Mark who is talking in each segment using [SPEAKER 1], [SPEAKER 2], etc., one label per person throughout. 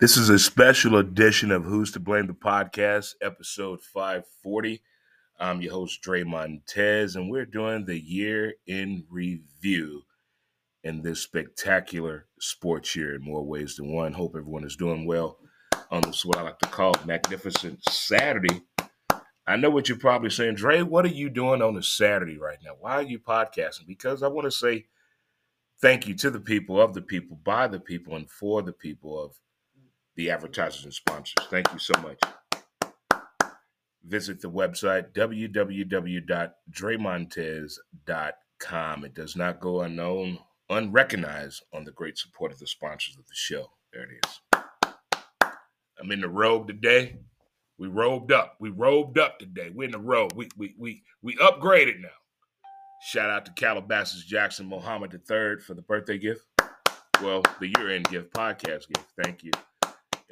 [SPEAKER 1] This is a special edition of Who's to Blame the podcast, episode 540. I'm your host, Dre Montez, and we're doing the year in review in this spectacular sports year in more ways than one. Hope everyone is doing well on this, what I like to call Magnificent Saturday. I know what you're probably saying, Dre, what are you doing on a Saturday right now? Why are you podcasting? Because I want to say thank you to the people, of the people, by the people, and for the people of the advertisers and sponsors. Thank you so much. Visit the website www.dremontez.com. It does not go unknown, unrecognized on the great support of the sponsors of the show. There it is. I'm in the robe today. We robed up. We robed up today. We're in the robe. We we we we upgraded now. Shout out to Calabasas Jackson Mohammed III for the birthday gift. Well, the year-end gift, podcast gift. Thank you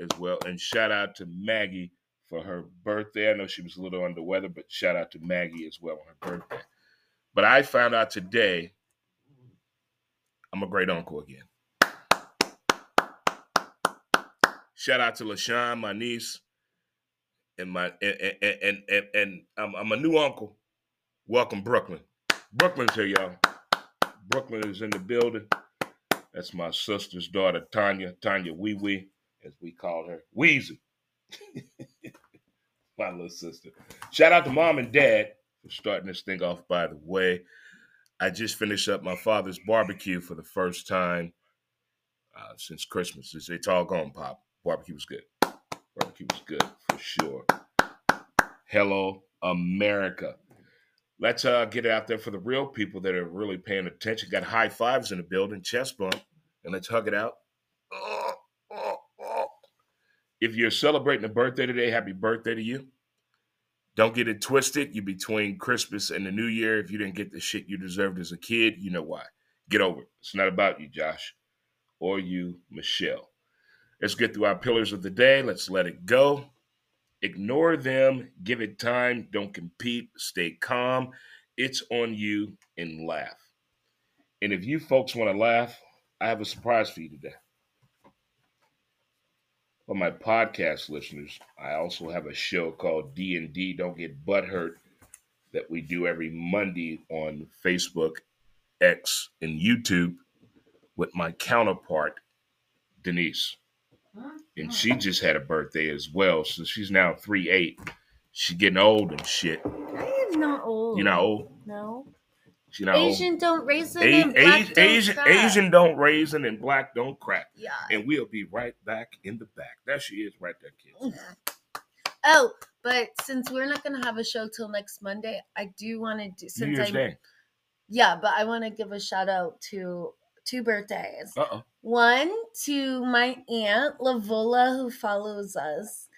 [SPEAKER 1] as well. And shout out to Maggie for her birthday. I know she was a little under weather, but shout out to Maggie as well on her birthday. But I found out today I'm a great uncle again. Shout out to LaShawn, my niece, and my and and and, and, and I'm, I'm a new uncle. Welcome Brooklyn. Brooklyn's here, y'all. Brooklyn is in the building. That's my sister's daughter, Tanya. Tanya Wee Wee as we call her, Wheezy. My little sister. Shout out to mom and dad for starting this thing off, by the way. I just finished up my father's barbecue for the first time uh, since Christmas. It's, it's all gone, Pop. Barbecue was good. Barbecue was good for sure. Hello, America. Let's uh, get it out there for the real people that are really paying attention. Got high fives in the building, chest bump, and let's hug it out. Oh, oh, oh. If you're celebrating a birthday today, happy birthday to you. Don't get it twisted. You between Christmas and the New Year. If you didn't get the shit you deserved as a kid, you know why. Get over it. It's not about you, Josh, or you, Michelle. Let's get through our pillars of the day. Let's let it go. Ignore them. Give it time. Don't compete. Stay calm. It's on you and laugh. And if you folks want to laugh, I have a surprise for you today. For my podcast listeners, I also have a show called D and D Don't Get Butthurt that we do every Monday on Facebook, X, and YouTube with my counterpart Denise, and she
[SPEAKER 2] Oh.
[SPEAKER 1] just had a birthday as well, so she's now three eight. She's getting old and shit.
[SPEAKER 2] I am not old.
[SPEAKER 1] You know, old.
[SPEAKER 2] No.
[SPEAKER 1] She not old.
[SPEAKER 2] Asian don't raisin
[SPEAKER 1] A-
[SPEAKER 2] and black
[SPEAKER 1] A-
[SPEAKER 2] don't
[SPEAKER 1] Asian,
[SPEAKER 2] crack.
[SPEAKER 1] Asian don't raisin and black don't crack.
[SPEAKER 2] Yeah.
[SPEAKER 1] And we'll be right back in the back. There she is, right there, kids.
[SPEAKER 2] Oh, but since we're not gonna have a show till next Monday, I do want to do
[SPEAKER 1] New
[SPEAKER 2] since
[SPEAKER 1] Year's
[SPEAKER 2] I'm
[SPEAKER 1] Day.
[SPEAKER 2] yeah, but I want to give a shout out to two birthdays.
[SPEAKER 1] Uh oh.
[SPEAKER 2] One to my aunt Lavola who follows us.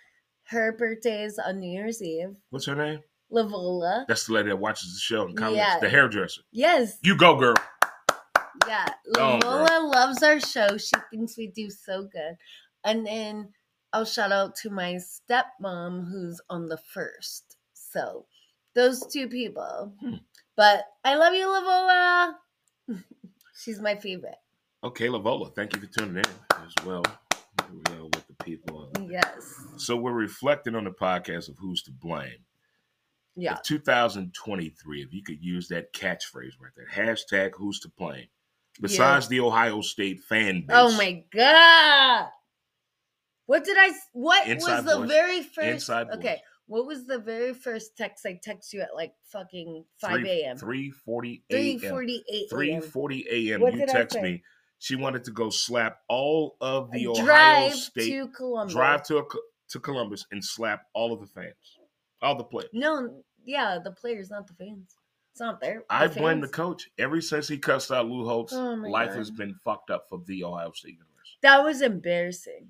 [SPEAKER 2] Her birthday is on New Year's Eve.
[SPEAKER 1] What's her name?
[SPEAKER 2] Lavola.
[SPEAKER 1] That's the lady that watches the show and comments.
[SPEAKER 2] Yeah.
[SPEAKER 1] The hairdresser.
[SPEAKER 2] Yes.
[SPEAKER 1] You go, girl.
[SPEAKER 2] Yeah,
[SPEAKER 1] Oh, girl.
[SPEAKER 2] Lola loves our show. She thinks we do so good. And then I'll shout out to my stepmom who's on the first. So those two people.
[SPEAKER 1] Hmm.
[SPEAKER 2] But I love you, Lavola. She's my favorite.
[SPEAKER 1] Okay, Lavola. Oh, Thank you for tuning in as well. Here we go with the people.
[SPEAKER 2] Yes.
[SPEAKER 1] So we're reflecting on the podcast of who's to blame.
[SPEAKER 2] Yeah.
[SPEAKER 1] If 2023, if you could use that catchphrase right there, hashtag who's to blame. Besides the Ohio State fan base.
[SPEAKER 2] Oh my god. What did I s- what
[SPEAKER 1] Inside
[SPEAKER 2] was the
[SPEAKER 1] voice.
[SPEAKER 2] very first
[SPEAKER 1] Inside voice.
[SPEAKER 2] Okay. What was the very first text I text you at like fucking 5 a.m.?
[SPEAKER 1] 3:40 a.m.
[SPEAKER 2] 3:48 a.m.
[SPEAKER 1] 3:40 a.m.
[SPEAKER 2] What
[SPEAKER 1] You
[SPEAKER 2] did I
[SPEAKER 1] text
[SPEAKER 2] say?
[SPEAKER 1] me. She wanted to go slap all of the Ohio
[SPEAKER 2] drive
[SPEAKER 1] State
[SPEAKER 2] to Columbus.
[SPEAKER 1] drive to a, to Columbus and slap all of the fans, all the players.
[SPEAKER 2] No, yeah, the players, not the fans. It's not there.
[SPEAKER 1] I blame the coach. Ever since he cussed out Lou Holtz,
[SPEAKER 2] Oh my
[SPEAKER 1] life
[SPEAKER 2] God.
[SPEAKER 1] has been fucked up for the Ohio State University.
[SPEAKER 2] That was embarrassing.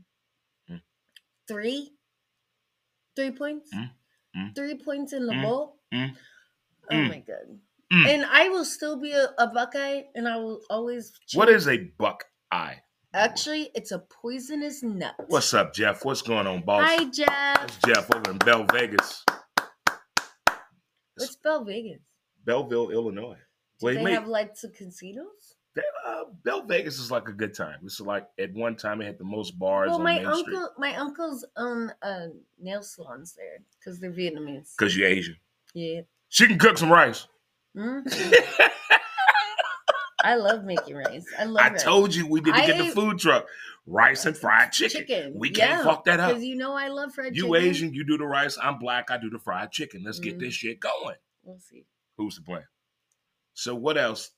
[SPEAKER 1] Mm.
[SPEAKER 2] Three, three points,
[SPEAKER 1] Mm. Mm.
[SPEAKER 2] three points in the
[SPEAKER 1] Mm.
[SPEAKER 2] bowl.
[SPEAKER 1] Mm.
[SPEAKER 2] Oh
[SPEAKER 1] Mm.
[SPEAKER 2] my god!
[SPEAKER 1] Mm.
[SPEAKER 2] And I will still be a, a Buckeye, and I will always.
[SPEAKER 1] What
[SPEAKER 2] cheer-
[SPEAKER 1] is a buck eye?
[SPEAKER 2] Actually, it's a poisonous nut.
[SPEAKER 1] What's up, Jeff? What's going on, boss?
[SPEAKER 2] Hi, Jeff.
[SPEAKER 1] That's Jeff over in Bell Vegas,
[SPEAKER 2] What's Bell Vegas?
[SPEAKER 1] Belleville, Illinois.
[SPEAKER 2] Do
[SPEAKER 1] Well, he
[SPEAKER 2] they
[SPEAKER 1] may-
[SPEAKER 2] have lights of casinos?
[SPEAKER 1] They, uh, Bell Vegas is like a good time. It's like at one time it had the most bars
[SPEAKER 2] Well,
[SPEAKER 1] on
[SPEAKER 2] my
[SPEAKER 1] Main
[SPEAKER 2] uncle,
[SPEAKER 1] Street
[SPEAKER 2] my uncles own uh, nail salons there because they're Vietnamese.
[SPEAKER 1] because you're Asian.
[SPEAKER 2] Yeah,
[SPEAKER 1] She can cook some rice.
[SPEAKER 2] Mhm. I love making rice. I love.
[SPEAKER 1] I
[SPEAKER 2] rice.
[SPEAKER 1] told you we need to
[SPEAKER 2] I
[SPEAKER 1] get the
[SPEAKER 2] ate-
[SPEAKER 1] food truck, rice and fried chicken. We can't fuck that up.
[SPEAKER 2] because you know I love fried
[SPEAKER 1] You
[SPEAKER 2] chicken.
[SPEAKER 1] Asian, you do the rice. I'm black, I do the fried chicken. Let's get
[SPEAKER 2] Mm.
[SPEAKER 1] this shit going.
[SPEAKER 2] We'll see.
[SPEAKER 1] Who's to blame? So what else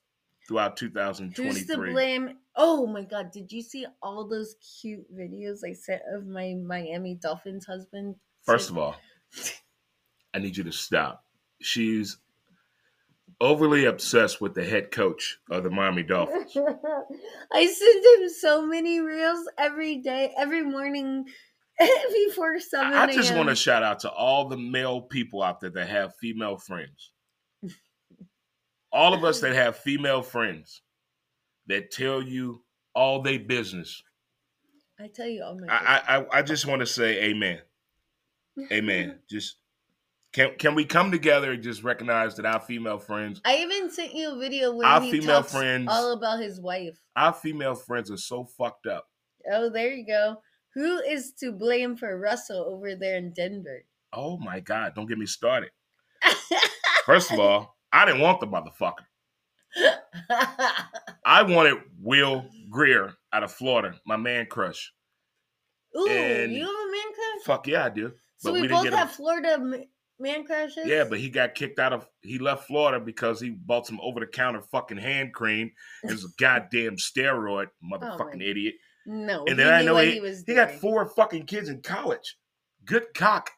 [SPEAKER 1] throughout
[SPEAKER 2] Who's to
[SPEAKER 1] 2023?
[SPEAKER 2] blame? Oh my God! Did you see all those cute videos I sent of my Miami Dolphins husband?
[SPEAKER 1] First of all, I need you to stop. She's overly obsessed with the head coach of the Miami Dolphins.
[SPEAKER 2] I sent him so many reels every day, every morning before seven.
[SPEAKER 1] I I just
[SPEAKER 2] a.m..
[SPEAKER 1] want to shout out to all the male people out there that have female friends. all of us that have female friends that tell you all they business.
[SPEAKER 2] I tell you all my.
[SPEAKER 1] I I, I- I just want to say amen.
[SPEAKER 2] business.
[SPEAKER 1] Amen. just can can we come together and just recognize that our female friends,
[SPEAKER 2] I even sent you a video where
[SPEAKER 1] Our
[SPEAKER 2] he
[SPEAKER 1] female
[SPEAKER 2] talks
[SPEAKER 1] friends-
[SPEAKER 2] all about his wife.
[SPEAKER 1] our female friends are so fucked up.
[SPEAKER 2] Oh, there you go. Who is to blame for Russell over there in Denver?
[SPEAKER 1] Oh my God, don't get me started. First of all, I didn't want the motherfucker. I wanted Will Greer out of Florida, my man crush.
[SPEAKER 2] Ooh,
[SPEAKER 1] And-
[SPEAKER 2] you have a man crush?
[SPEAKER 1] Fuck yeah, I do.
[SPEAKER 2] So
[SPEAKER 1] but
[SPEAKER 2] we,
[SPEAKER 1] we didn't
[SPEAKER 2] both
[SPEAKER 1] get him.
[SPEAKER 2] have Florida ma- man crushes?
[SPEAKER 1] Yeah, but he got kicked out of. He left Florida because he bought some over the counter fucking hand cream. It was a goddamn steroid, motherfucking
[SPEAKER 2] my-
[SPEAKER 1] idiot.
[SPEAKER 2] No.
[SPEAKER 1] And then I
[SPEAKER 2] knew
[SPEAKER 1] know
[SPEAKER 2] what
[SPEAKER 1] he-
[SPEAKER 2] was
[SPEAKER 1] He got
[SPEAKER 2] doing.
[SPEAKER 1] four fucking kids in college. Good cock.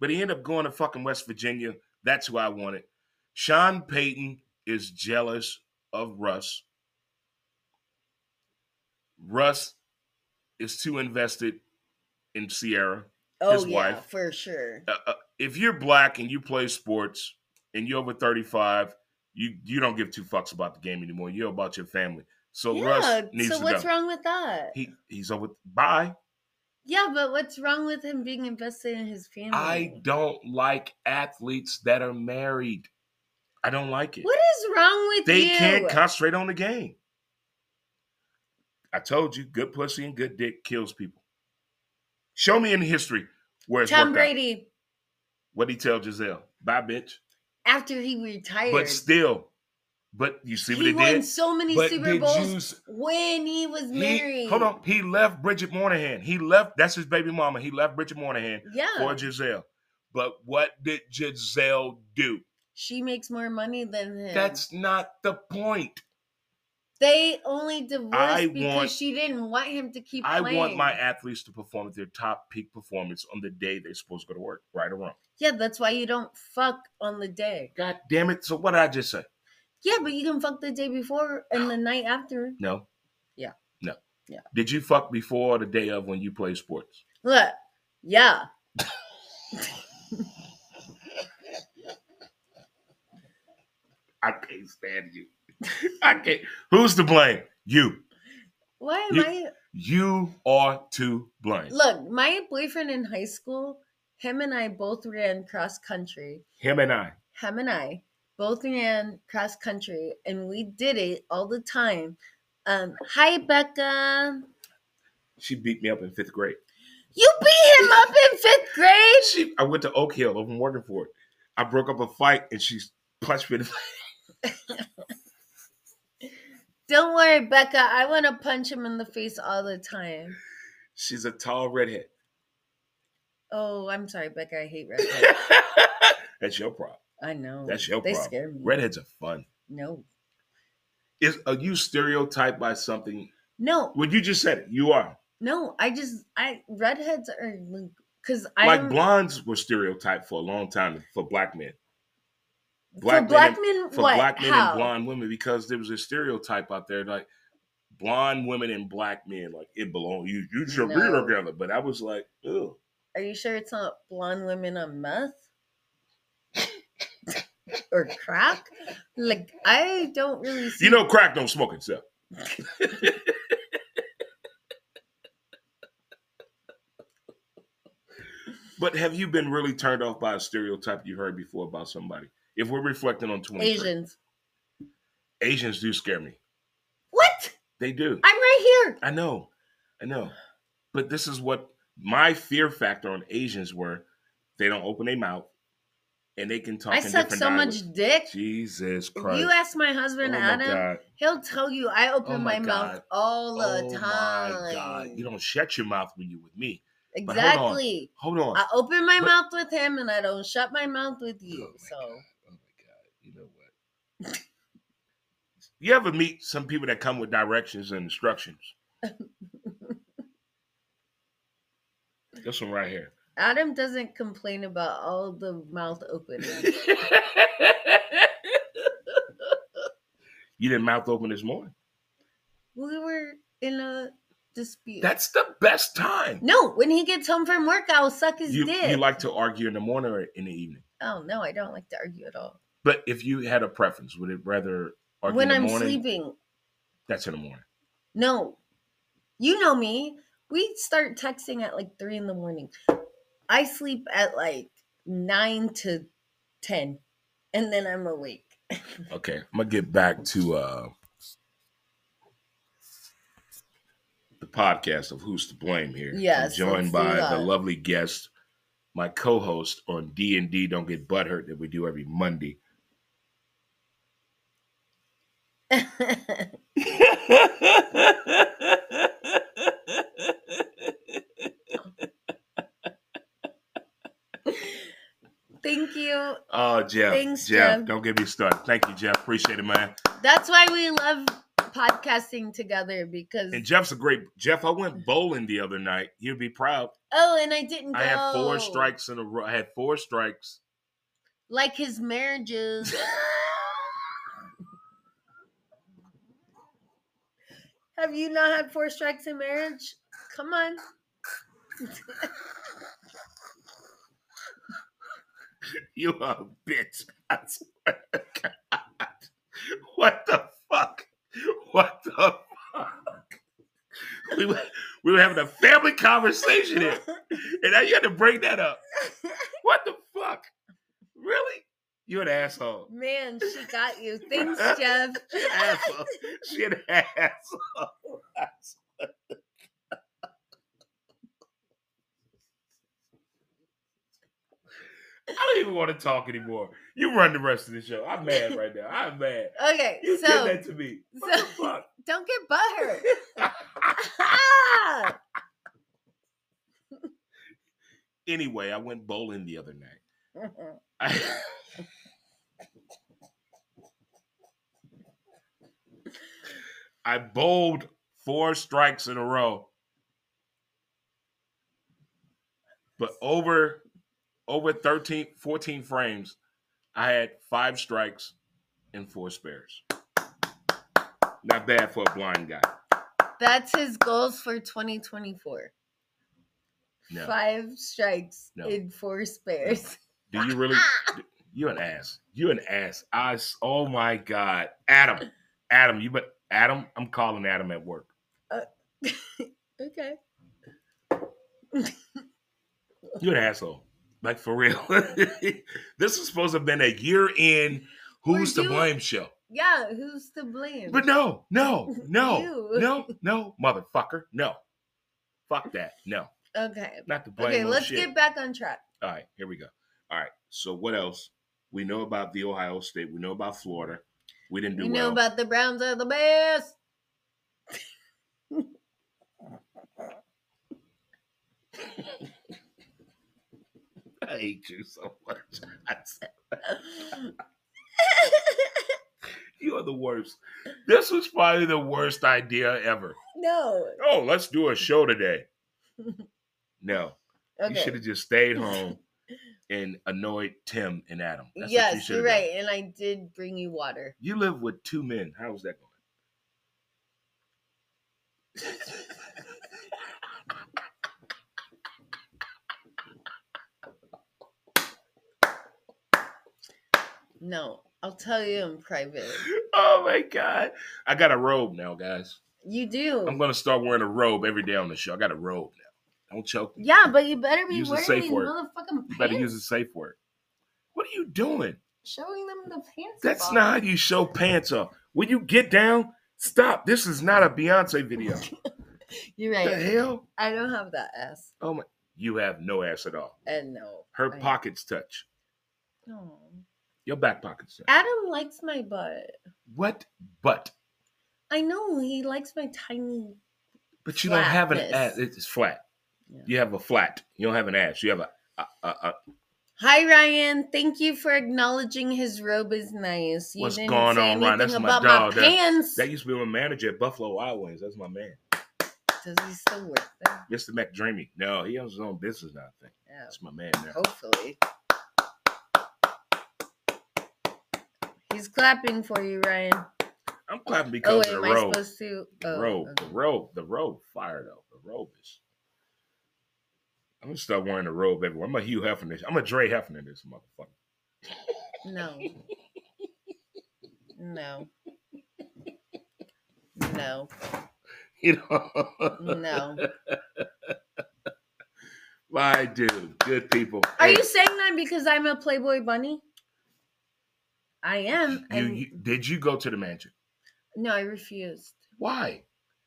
[SPEAKER 1] But he ended up going to fucking West Virginia. That's who I wanted. Sean Payton is jealous of Russ. Russ is too invested in Sierra.
[SPEAKER 2] oh,
[SPEAKER 1] his
[SPEAKER 2] yeah,
[SPEAKER 1] wife.
[SPEAKER 2] for sure.
[SPEAKER 1] Uh, uh, if you're black and you play sports and you're over 35, you you don't give two fucks about the game anymore. You're about your family. So Russ
[SPEAKER 2] yeah.
[SPEAKER 1] needs
[SPEAKER 2] So
[SPEAKER 1] to
[SPEAKER 2] what's
[SPEAKER 1] know.
[SPEAKER 2] wrong with that?
[SPEAKER 1] He he's over. Bye.
[SPEAKER 2] yeah, but what's wrong with him being invested in his family?
[SPEAKER 1] I don't like athletes that are married. I don't like it.
[SPEAKER 2] What is wrong with
[SPEAKER 1] they
[SPEAKER 2] you?
[SPEAKER 1] can't concentrate on the game. I told you, good pussy and good dick kills people. Show me in history where it's worked
[SPEAKER 2] Tom
[SPEAKER 1] out.
[SPEAKER 2] Brady,
[SPEAKER 1] What he tell Giselle? Bye, bitch.
[SPEAKER 2] after he retired,
[SPEAKER 1] But still, but you see what
[SPEAKER 2] he
[SPEAKER 1] they
[SPEAKER 2] won
[SPEAKER 1] did.
[SPEAKER 2] so many
[SPEAKER 1] But
[SPEAKER 2] Super
[SPEAKER 1] did
[SPEAKER 2] Bowls
[SPEAKER 1] you s-
[SPEAKER 2] when he was
[SPEAKER 1] He,
[SPEAKER 2] married.
[SPEAKER 1] hold on. He left Bridget Moynihan. He left. That's his baby mama. He left Bridget Moynihan
[SPEAKER 2] Yeah,
[SPEAKER 1] for Giselle. But what did Giselle do?
[SPEAKER 2] she makes more money than him.
[SPEAKER 1] That's not the point.
[SPEAKER 2] they only divorced
[SPEAKER 1] I
[SPEAKER 2] because
[SPEAKER 1] want-
[SPEAKER 2] she didn't want him to keep.
[SPEAKER 1] I want
[SPEAKER 2] playing.
[SPEAKER 1] my athletes to perform at their top peak performance on the day they're supposed to go to work, right or wrong.
[SPEAKER 2] yeah. That's why you don't fuck on the day.
[SPEAKER 1] God damn it. So what did I just say?
[SPEAKER 2] Yeah, but you can fuck the day before and the night after.
[SPEAKER 1] No.
[SPEAKER 2] Yeah.
[SPEAKER 1] No.
[SPEAKER 2] Yeah.
[SPEAKER 1] Did you fuck before or the day of when you play sports?
[SPEAKER 2] Look, yeah.
[SPEAKER 1] I can't stand you. I can't. Who's to blame? You.
[SPEAKER 2] Why am
[SPEAKER 1] You-
[SPEAKER 2] I?
[SPEAKER 1] You are to blame.
[SPEAKER 2] Look, my boyfriend in high school, him and I both ran cross country.
[SPEAKER 1] Him and I.
[SPEAKER 2] him and I both ran cross country and we did it all the time. Um, hi Becca.
[SPEAKER 1] She beat me up in fifth grade.
[SPEAKER 2] You beat him up in fifth grade.
[SPEAKER 1] She, I went to Oak Hill over working for it. I broke up a fight and she punched me in the
[SPEAKER 2] Don't worry, Becca. I want to punch him in the face all the time.
[SPEAKER 1] She's a tall redhead.
[SPEAKER 2] Oh, I'm sorry, Becca. I hate redheads.
[SPEAKER 1] That's your problem.
[SPEAKER 2] I know.
[SPEAKER 1] That's your
[SPEAKER 2] They
[SPEAKER 1] problem.
[SPEAKER 2] scare me.
[SPEAKER 1] Redheads are fun.
[SPEAKER 2] No,
[SPEAKER 1] Is are you stereotyped by something?
[SPEAKER 2] no,
[SPEAKER 1] Well, you just said it. You are.
[SPEAKER 2] no. I just I redheads are because
[SPEAKER 1] Like
[SPEAKER 2] I'm
[SPEAKER 1] blondes were stereotyped for a long time for black men.
[SPEAKER 2] for
[SPEAKER 1] black
[SPEAKER 2] black
[SPEAKER 1] men
[SPEAKER 2] men.
[SPEAKER 1] For
[SPEAKER 2] what?
[SPEAKER 1] black men
[SPEAKER 2] How?
[SPEAKER 1] and blonde women, because there was a stereotype out there like blonde women and black men, like it belong you you should be
[SPEAKER 2] No.
[SPEAKER 1] together. But I was like, ew.
[SPEAKER 2] Are you sure it's not blonde women on meth? or crack? Like I don't really see
[SPEAKER 1] You know, crack don't smoke itself. but have you been really turned off by a stereotype you heard before about somebody? If we're reflecting on 20
[SPEAKER 2] Asians.
[SPEAKER 1] Asians do scare me.
[SPEAKER 2] What
[SPEAKER 1] They do.
[SPEAKER 2] I'm right here.
[SPEAKER 1] I know, I know. But this is what my fear factor on Asians were: they don't open their mouth, and they can talk.
[SPEAKER 2] I
[SPEAKER 1] in
[SPEAKER 2] suck
[SPEAKER 1] different
[SPEAKER 2] so
[SPEAKER 1] dialects.
[SPEAKER 2] much dick.
[SPEAKER 1] Jesus
[SPEAKER 2] If
[SPEAKER 1] Christ!
[SPEAKER 2] You ask my
[SPEAKER 1] oh
[SPEAKER 2] husband
[SPEAKER 1] my
[SPEAKER 2] Adam,
[SPEAKER 1] God!
[SPEAKER 2] he'll tell you I open
[SPEAKER 1] Oh
[SPEAKER 2] my,
[SPEAKER 1] my
[SPEAKER 2] mouth
[SPEAKER 1] God.
[SPEAKER 2] all the
[SPEAKER 1] oh
[SPEAKER 2] time.
[SPEAKER 1] my God! You don't shut your mouth when you're with me. hold on.
[SPEAKER 2] exactly.
[SPEAKER 1] Hold on.
[SPEAKER 2] I open my
[SPEAKER 1] But-
[SPEAKER 2] mouth with him, and I don't shut my mouth with you.
[SPEAKER 1] my
[SPEAKER 2] so
[SPEAKER 1] God. Oh my god! You know what? you ever meet some people that come with directions and instructions? this one right here.
[SPEAKER 2] Adam doesn't complain about all the mouth opening.
[SPEAKER 1] you didn't mouth open this morning.
[SPEAKER 2] we were in a dispute.
[SPEAKER 1] That's the best time.
[SPEAKER 2] no, when he gets home from work, I'll suck his
[SPEAKER 1] You,
[SPEAKER 2] dick.
[SPEAKER 1] you like to argue in the morning or in the evening.
[SPEAKER 2] oh no, I don't like to argue at all.
[SPEAKER 1] But if you had a preference, would it rather argue
[SPEAKER 2] When
[SPEAKER 1] in the
[SPEAKER 2] I'm
[SPEAKER 1] morning?
[SPEAKER 2] sleeping,
[SPEAKER 1] That's in the morning.
[SPEAKER 2] No. You know me. We start texting at like three in the morning. I sleep at like nine to 10, and then I'm awake.
[SPEAKER 1] Okay, I'm gonna get back to uh the podcast of Who's to Blame here. I'm
[SPEAKER 2] Yes, let's do
[SPEAKER 1] joined by the
[SPEAKER 2] that.
[SPEAKER 1] lovely guest, my co-host on D and D Don't Get Butthurt that we do every Monday.
[SPEAKER 2] I'm Thank you.
[SPEAKER 1] oh, Jeff,
[SPEAKER 2] Thanks,
[SPEAKER 1] Jeff,
[SPEAKER 2] Jeff.
[SPEAKER 1] don't get me started. Thank you, Jeff. Appreciate it, man.
[SPEAKER 2] That's why we love podcasting together because,
[SPEAKER 1] And Jeff's a great Jeff. I went bowling the other night. You'd be proud.
[SPEAKER 2] oh, and I didn't go.
[SPEAKER 1] I had four strikes in a row. I had four strikes.
[SPEAKER 2] Like his marriages. Have you not had four strikes in marriage? Come on.
[SPEAKER 1] You are a bitch. I swear to God. What the fuck? What the fuck? We were, we were having a family conversation here, and now you had to bring that up. What the fuck? Really? You're an asshole.
[SPEAKER 2] Man, she got you. Thanks, Jeff.
[SPEAKER 1] She an asshole. She an asshole. I don't even want to talk anymore. You run the rest of the show. I'm mad right now. I'm mad.
[SPEAKER 2] Okay,
[SPEAKER 1] You did
[SPEAKER 2] so
[SPEAKER 1] that to me. What
[SPEAKER 2] so-
[SPEAKER 1] the fuck?
[SPEAKER 2] don't get butthurt. Ah!
[SPEAKER 1] anyway, I went bowling the other night. I, I bowled four strikes in a row. But over over 13 14 frames, I had five strikes and four spares. Not bad for a blind guy.
[SPEAKER 2] That's his goals for 2024.
[SPEAKER 1] No.
[SPEAKER 2] Five strikes
[SPEAKER 1] No.
[SPEAKER 2] in four spares.
[SPEAKER 1] Do you really? You an ass. You an ass. I. s- Oh my God, Adam. Adam, you but Adam. I'm calling Adam at work.
[SPEAKER 2] Okay.
[SPEAKER 1] You an asshole. Like for real. this is supposed to have been a year in. Who's
[SPEAKER 2] Were
[SPEAKER 1] to
[SPEAKER 2] you-
[SPEAKER 1] blame show?
[SPEAKER 2] Yeah, who's to blame?
[SPEAKER 1] But no, no, no,
[SPEAKER 2] You.
[SPEAKER 1] no, no, motherfucker, no. Fuck that. No,
[SPEAKER 2] Okay.
[SPEAKER 1] not to blame.
[SPEAKER 2] Okay,
[SPEAKER 1] on
[SPEAKER 2] let's
[SPEAKER 1] shit.
[SPEAKER 2] get back on track.
[SPEAKER 1] All right, here we go. All right. So what else? We know about the Ohio State. We know about Florida. We didn't do
[SPEAKER 2] You
[SPEAKER 1] well.
[SPEAKER 2] know about the Browns are the best.
[SPEAKER 1] I hate you so much. I- You are the worst. This was probably the worst idea ever.
[SPEAKER 2] no.
[SPEAKER 1] Oh, let's do a show today. No, you should
[SPEAKER 2] Okay.
[SPEAKER 1] have just stayed home and annoyed Tim and Adam. That's what you
[SPEAKER 2] yes,
[SPEAKER 1] should
[SPEAKER 2] you are
[SPEAKER 1] have done.
[SPEAKER 2] right. And I did bring you water.
[SPEAKER 1] You live with two men. How is that going?
[SPEAKER 2] No, I'll tell you in private.
[SPEAKER 1] Oh my god! I got a robe now, guys.
[SPEAKER 2] You do.
[SPEAKER 1] I'm gonna start wearing a robe every day on the show. I got a robe now. Don't choke me.
[SPEAKER 2] yeah, but you better be
[SPEAKER 1] Use the
[SPEAKER 2] wearing
[SPEAKER 1] safe
[SPEAKER 2] these
[SPEAKER 1] word.
[SPEAKER 2] motherfucking
[SPEAKER 1] You
[SPEAKER 2] pants.
[SPEAKER 1] better use a safe word. What are you doing?
[SPEAKER 2] Showing them the pants.
[SPEAKER 1] That's
[SPEAKER 2] off.
[SPEAKER 1] not how you show pants off. When you get down, Stop. This is not a Beyonce video.
[SPEAKER 2] You're
[SPEAKER 1] the
[SPEAKER 2] right.
[SPEAKER 1] hell?
[SPEAKER 2] I don't have that ass.
[SPEAKER 1] Oh my. You have no ass at all.
[SPEAKER 2] And no.
[SPEAKER 1] Her
[SPEAKER 2] I-
[SPEAKER 1] pockets touch.
[SPEAKER 2] No.
[SPEAKER 1] Your back pockets touch.
[SPEAKER 2] Adam likes my butt.
[SPEAKER 1] What? But.
[SPEAKER 2] I know he likes my tiny.
[SPEAKER 1] But you don't have an
[SPEAKER 2] Flatness.
[SPEAKER 1] ass. It's flat.
[SPEAKER 2] Yeah.
[SPEAKER 1] You have a flat. You don't have an ass. You have a. a, a, a
[SPEAKER 2] Hi Ryan, thank you for acknowledging his robe is nice. You
[SPEAKER 1] What's
[SPEAKER 2] didn't
[SPEAKER 1] going
[SPEAKER 2] say
[SPEAKER 1] on, Ryan?
[SPEAKER 2] anything
[SPEAKER 1] That's my
[SPEAKER 2] about
[SPEAKER 1] dog. That-
[SPEAKER 2] pants.
[SPEAKER 1] that used to be my manager at Buffalo Wild Wings. That's my man,
[SPEAKER 2] Does he still work there?
[SPEAKER 1] Mr. McDreamy. No, he owns his own business now. I think
[SPEAKER 2] Yeah,
[SPEAKER 1] that's my man now.
[SPEAKER 2] Oh. hopefully. He's clapping for you, Ryan.
[SPEAKER 1] I'm clapping because
[SPEAKER 2] Oh, wait,
[SPEAKER 1] of the
[SPEAKER 2] am I
[SPEAKER 1] robe.
[SPEAKER 2] supposed to?
[SPEAKER 1] The
[SPEAKER 2] oh,
[SPEAKER 1] robe,
[SPEAKER 2] okay.
[SPEAKER 1] the robe, the robe, fire though. The robe is. I'm gonna start wearing a robe everywhere. I'm a Hugh Hefner. I'm a Dre Hefner. This motherfucker.
[SPEAKER 2] No. No. No.
[SPEAKER 1] You know.
[SPEAKER 2] No.
[SPEAKER 1] My dude, good people.
[SPEAKER 2] Are
[SPEAKER 1] Hey,
[SPEAKER 2] you saying that because I'm a Playboy bunny? I am.
[SPEAKER 1] You,
[SPEAKER 2] And
[SPEAKER 1] you, did you go to the mansion?
[SPEAKER 2] no, I refused.
[SPEAKER 1] Why?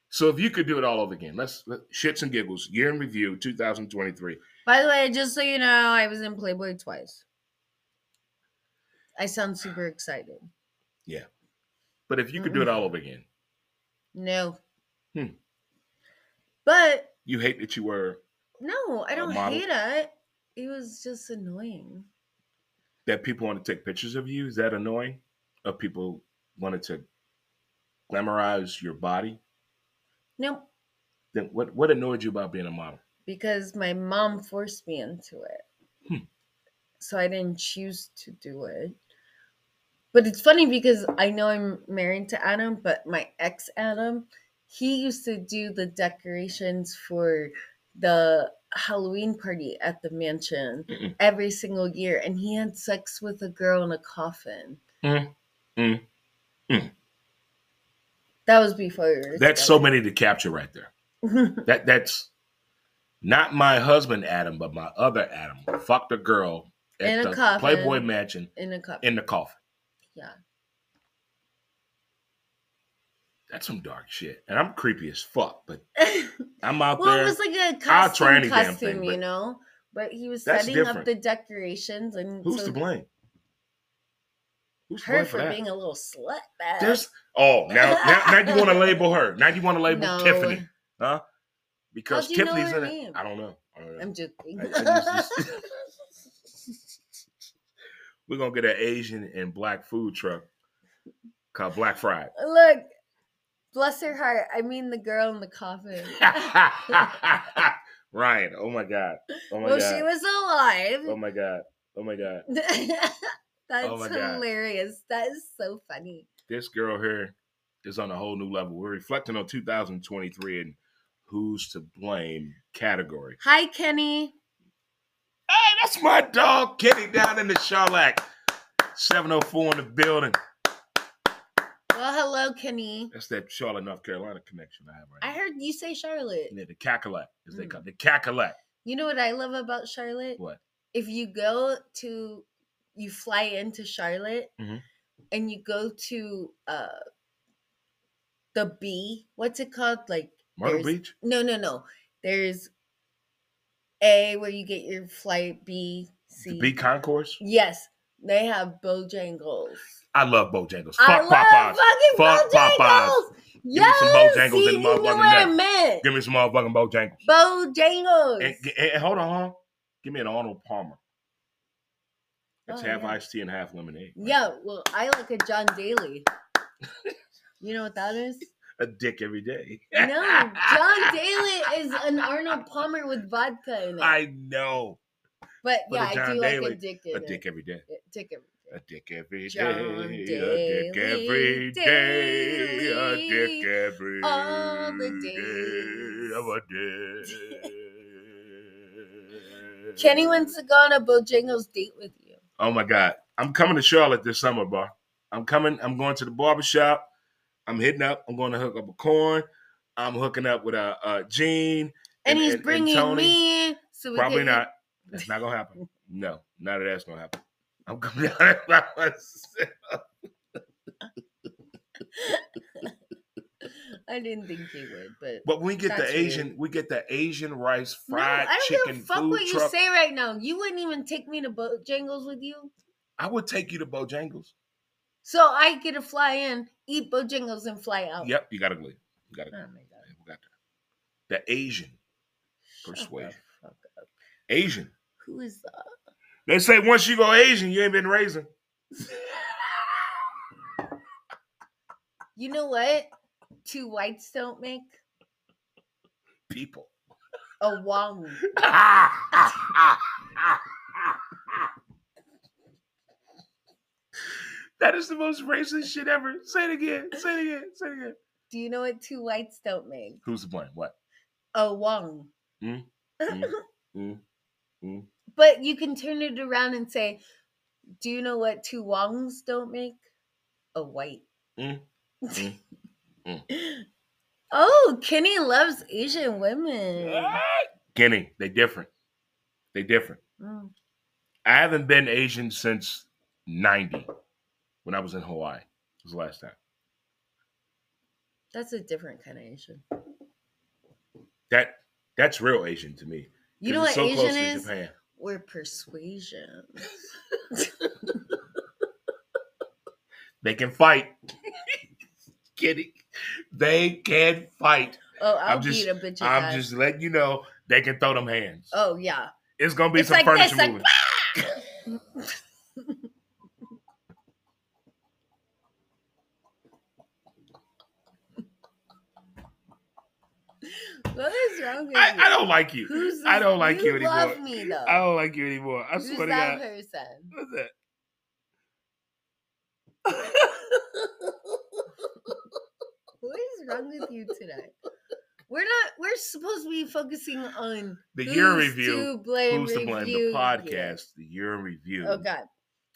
[SPEAKER 1] So if you could do it all over again, let's let, shits and giggles. Year in review, 2023.
[SPEAKER 2] By the way, just so you know, I was in Playboy twice. I sound super excited.
[SPEAKER 1] But if you could do
[SPEAKER 2] Mm-hmm.
[SPEAKER 1] it all over again,
[SPEAKER 2] No.
[SPEAKER 1] Hmm.
[SPEAKER 2] But
[SPEAKER 1] you hate that you were
[SPEAKER 2] no, I
[SPEAKER 1] A
[SPEAKER 2] don't
[SPEAKER 1] model?
[SPEAKER 2] hate it. It was just annoying.
[SPEAKER 1] that people want to take pictures of you. Is that annoying? Or people wanted to glamorize your body?
[SPEAKER 2] Nope.
[SPEAKER 1] Then what what annoyed you about being a model?
[SPEAKER 2] because my mom forced me into it.
[SPEAKER 1] Hmm.
[SPEAKER 2] So I didn't choose to do it. But it's funny because I know I'm married to Adam, but my ex Adam, he used to do the decorations for the Halloween party at the mansion
[SPEAKER 1] Mm-mm.
[SPEAKER 2] every single year. And he had sex with a girl in a coffin.
[SPEAKER 1] Mm. Mm. Mm.
[SPEAKER 2] That was before we were
[SPEAKER 1] That's so many to capture right there.
[SPEAKER 2] together.
[SPEAKER 1] That that's not my husband Adam, but my other Adam. Fucked a girl at
[SPEAKER 2] In a
[SPEAKER 1] the
[SPEAKER 2] coffin.
[SPEAKER 1] Playboy Mansion
[SPEAKER 2] in a cup.
[SPEAKER 1] in the coffin.
[SPEAKER 2] yeah.
[SPEAKER 1] That's some dark shit. And I'm creepy as fuck, but I'm out
[SPEAKER 2] Well,
[SPEAKER 1] there.
[SPEAKER 2] it was like a
[SPEAKER 1] I'll try
[SPEAKER 2] costume,
[SPEAKER 1] any damn
[SPEAKER 2] costume,
[SPEAKER 1] thing,
[SPEAKER 2] you
[SPEAKER 1] but-
[SPEAKER 2] know. But he was
[SPEAKER 1] That's
[SPEAKER 2] setting up
[SPEAKER 1] different.
[SPEAKER 2] the decorations and
[SPEAKER 1] Who's
[SPEAKER 2] so
[SPEAKER 1] to blame? Who's to
[SPEAKER 2] her
[SPEAKER 1] blame
[SPEAKER 2] for
[SPEAKER 1] for that?
[SPEAKER 2] being a little slut. Bag.
[SPEAKER 1] There's oh now now, now you want to label her. Now you want to label
[SPEAKER 2] No.
[SPEAKER 1] Tiffany because
[SPEAKER 2] How'd you know
[SPEAKER 1] Tiffany's
[SPEAKER 2] her
[SPEAKER 1] in it.
[SPEAKER 2] name?
[SPEAKER 1] I don't know. I don't know.
[SPEAKER 2] I'm joking.
[SPEAKER 1] I- I We're gonna get an Asian and black food truck called Black Fried.
[SPEAKER 2] Look, bless her heart. I mean, the girl in the coffin.
[SPEAKER 1] Oh Ryan, oh my god, oh my
[SPEAKER 2] well,
[SPEAKER 1] god,
[SPEAKER 2] she was
[SPEAKER 1] oh
[SPEAKER 2] alive.
[SPEAKER 1] my god, oh my god.
[SPEAKER 2] That's
[SPEAKER 1] Oh my God.
[SPEAKER 2] hilarious. That is so funny.
[SPEAKER 1] This girl here is on a whole new level. We're reflecting on 2023 and who's to blame category.
[SPEAKER 2] Hi, Kenny.
[SPEAKER 1] Hey, that's my dog Kenny down in the Charlock. 704 in the building.
[SPEAKER 2] Well, hello, Kenny.
[SPEAKER 1] That's that Charlotte, North Carolina connection I have right
[SPEAKER 2] I
[SPEAKER 1] now.
[SPEAKER 2] heard you say Charlotte.
[SPEAKER 1] Yeah, the cackalack, as they
[SPEAKER 2] Mm.
[SPEAKER 1] call it. The cackalack.
[SPEAKER 2] You know what I love about Charlotte?
[SPEAKER 1] What?
[SPEAKER 2] If you go to, you fly into Charlotte,
[SPEAKER 1] Mhm.
[SPEAKER 2] and you go to uh, the B. What's it called? Like
[SPEAKER 1] Myrtle
[SPEAKER 2] there's-
[SPEAKER 1] Beach?
[SPEAKER 2] No, no, no. There's A where you get your flight. B, C.
[SPEAKER 1] The B Concourse?
[SPEAKER 2] Yes, they have Bojangles.
[SPEAKER 1] I love Bojangles.
[SPEAKER 2] I
[SPEAKER 1] Fuck
[SPEAKER 2] love
[SPEAKER 1] Popeyes. Fuck
[SPEAKER 2] fucking
[SPEAKER 1] Popeyes.
[SPEAKER 2] Bojangles.
[SPEAKER 1] Give me
[SPEAKER 2] Yes,
[SPEAKER 1] some Bojangles in the
[SPEAKER 2] see, you knew
[SPEAKER 1] motherfucking
[SPEAKER 2] what I
[SPEAKER 1] neck.
[SPEAKER 2] meant.
[SPEAKER 1] Give me some motherfucking Bojangles.
[SPEAKER 2] Bojangles.
[SPEAKER 1] And, and- and hold on, huh? Give me an Arnold Palmer. That's
[SPEAKER 2] Oh,
[SPEAKER 1] half
[SPEAKER 2] yeah.
[SPEAKER 1] iced tea and half lemonade.
[SPEAKER 2] Yeah, well, I like a John Daly. You know what that is?
[SPEAKER 1] A dick every day.
[SPEAKER 2] No, John Daly is an Arnold Palmer with vodka in it.
[SPEAKER 1] I know.
[SPEAKER 2] but
[SPEAKER 1] but a
[SPEAKER 2] yeah, I
[SPEAKER 1] John
[SPEAKER 2] do like
[SPEAKER 1] Daly-
[SPEAKER 2] a dick in
[SPEAKER 1] A
[SPEAKER 2] it.
[SPEAKER 1] dick every day.
[SPEAKER 2] Yeah, dick in
[SPEAKER 1] A
[SPEAKER 2] it.
[SPEAKER 1] dick every day.
[SPEAKER 2] John
[SPEAKER 1] a dick every
[SPEAKER 2] Daly,
[SPEAKER 1] day. A dick
[SPEAKER 2] daily,
[SPEAKER 1] every
[SPEAKER 2] all the
[SPEAKER 1] day
[SPEAKER 2] days.
[SPEAKER 1] of a day.
[SPEAKER 2] Kenny wants to go on a Bojangles date with you.
[SPEAKER 1] Oh my God. I'm coming to Charlotte this summer, bar. I'm coming. I'm going to the barber shop. I'm hitting up. I'm going to hook up a corn. I'm hooking up with a uh, Gene. And-
[SPEAKER 2] And, he's
[SPEAKER 1] and- and
[SPEAKER 2] bringing
[SPEAKER 1] Tony?
[SPEAKER 2] me in. So we
[SPEAKER 1] Probably
[SPEAKER 2] can-
[SPEAKER 1] not. That's not gonna happen. No, none of that's gonna happen. I'm coming down there by myself.
[SPEAKER 2] I didn't think he would, but
[SPEAKER 1] But we get
[SPEAKER 2] That's
[SPEAKER 1] the
[SPEAKER 2] weird.
[SPEAKER 1] Asian, we get the Asian rice
[SPEAKER 2] no,
[SPEAKER 1] fried
[SPEAKER 2] I don't
[SPEAKER 1] chicken
[SPEAKER 2] give a fuck
[SPEAKER 1] food
[SPEAKER 2] what you
[SPEAKER 1] truck.
[SPEAKER 2] say right now. You wouldn't even take me to Bojangles with you,
[SPEAKER 1] I would take you to Bojangles.
[SPEAKER 2] so I get to fly in, eat Bojangles, and fly out.
[SPEAKER 1] Yep, you gotta leave. You gotta
[SPEAKER 2] Oh
[SPEAKER 1] go.
[SPEAKER 2] my god.
[SPEAKER 1] We got there. The Asian,
[SPEAKER 2] Shut the
[SPEAKER 1] Persuasion.
[SPEAKER 2] fuck up.
[SPEAKER 1] Asian.
[SPEAKER 2] Who is that?
[SPEAKER 1] They say once you go Asian, you ain't been raising.
[SPEAKER 2] You know what? Two whites don't make
[SPEAKER 1] People.
[SPEAKER 2] a wong.
[SPEAKER 1] that is the most racist shit ever. Say it again. Say it again. Say it again.
[SPEAKER 2] Do you know what two whites don't make?
[SPEAKER 1] Who's the blame? What?
[SPEAKER 2] A wong.
[SPEAKER 1] Mm, mm, mm, mm.
[SPEAKER 2] But you can turn it around and say, Do you know what two wongs don't make? A white.
[SPEAKER 1] Mm, mm, mm.
[SPEAKER 2] Oh, Kenny loves Asian women.
[SPEAKER 1] Kenny, they different. They different.
[SPEAKER 2] Mm.
[SPEAKER 1] I haven't been Asian since 90 when I was in Hawaii. was the last time.
[SPEAKER 2] That's a different kind of Asian.
[SPEAKER 1] That that's real Asian to me.
[SPEAKER 2] You
[SPEAKER 1] 'Cause
[SPEAKER 2] know what
[SPEAKER 1] it's so close
[SPEAKER 2] Asian
[SPEAKER 1] to
[SPEAKER 2] is?
[SPEAKER 1] Japan.
[SPEAKER 2] We're persuasion.
[SPEAKER 1] They can fight. Kidding. They can fight.
[SPEAKER 2] Oh, I'll
[SPEAKER 1] just-
[SPEAKER 2] beat a bitch's
[SPEAKER 1] I'm
[SPEAKER 2] ass.
[SPEAKER 1] just letting you know they can throw them hands.
[SPEAKER 2] Oh yeah.
[SPEAKER 1] it's gonna be
[SPEAKER 2] it's
[SPEAKER 1] some
[SPEAKER 2] like this,
[SPEAKER 1] furniture
[SPEAKER 2] like,
[SPEAKER 1] moving.
[SPEAKER 2] What is wrong with
[SPEAKER 1] I,
[SPEAKER 2] you?
[SPEAKER 1] I don't like you.
[SPEAKER 2] Who's
[SPEAKER 1] I
[SPEAKER 2] this-
[SPEAKER 1] don't like you anymore.
[SPEAKER 2] Love me though.
[SPEAKER 1] I don't like you anymore. I
[SPEAKER 2] Who's
[SPEAKER 1] swear to
[SPEAKER 2] that
[SPEAKER 1] God.
[SPEAKER 2] person?
[SPEAKER 1] What's that?
[SPEAKER 2] What is wrong with you today? We're not. We're supposed to be focusing on
[SPEAKER 1] The year
[SPEAKER 2] who's
[SPEAKER 1] review.
[SPEAKER 2] To blame
[SPEAKER 1] Who's to blame?
[SPEAKER 2] review
[SPEAKER 1] The
[SPEAKER 2] you.
[SPEAKER 1] podcast. The year in review.
[SPEAKER 2] Oh God.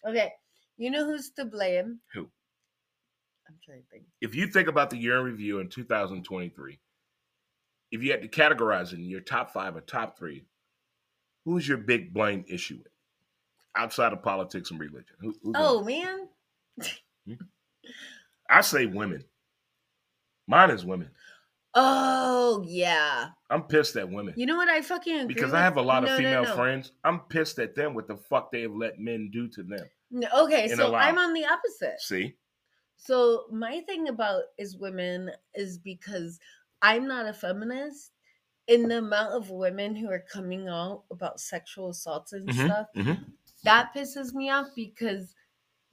[SPEAKER 2] Okay. You know who's to blame?
[SPEAKER 1] Who?
[SPEAKER 2] I'm trying to think.
[SPEAKER 1] If you think about the year in review in 2023, if you had to categorize it in your top five or top three, who's your big blame issue with? Outside of politics and religion. Who, who's on
[SPEAKER 2] Oh man.
[SPEAKER 1] I say women. Mine is women.
[SPEAKER 2] Oh yeah.
[SPEAKER 1] I'm pissed at women
[SPEAKER 2] You know what I fucking agree
[SPEAKER 1] because
[SPEAKER 2] with?
[SPEAKER 1] I have a lot of
[SPEAKER 2] No, no,
[SPEAKER 1] female
[SPEAKER 2] no.
[SPEAKER 1] friends. I'm pissed at them with the fuck they have let men do to them.
[SPEAKER 2] No, okay,
[SPEAKER 1] in
[SPEAKER 2] so
[SPEAKER 1] allowing.
[SPEAKER 2] I'm on the opposite.
[SPEAKER 1] See,
[SPEAKER 2] So my thing about is women is because I'm not a feminist. In the amount of women who are coming out about sexual assaults and
[SPEAKER 1] Mhm,
[SPEAKER 2] stuff,
[SPEAKER 1] mhm.
[SPEAKER 2] that pisses me off because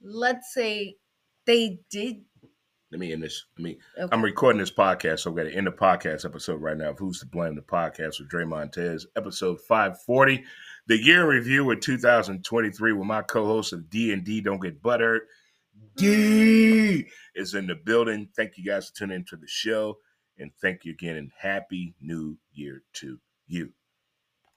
[SPEAKER 2] let's say they did.
[SPEAKER 1] let me end this. Let me.
[SPEAKER 2] Okay.
[SPEAKER 1] I'm recording this podcast, so I'm going to end the podcast episode right now. Of Who's to blame? The podcast with Dre Montez, episode 540, the year in review with 2023, with my co-host of D and D. Don't get buttered. D is in the building. Thank you guys for tuning into the show, and thank you again, and happy New Year to you.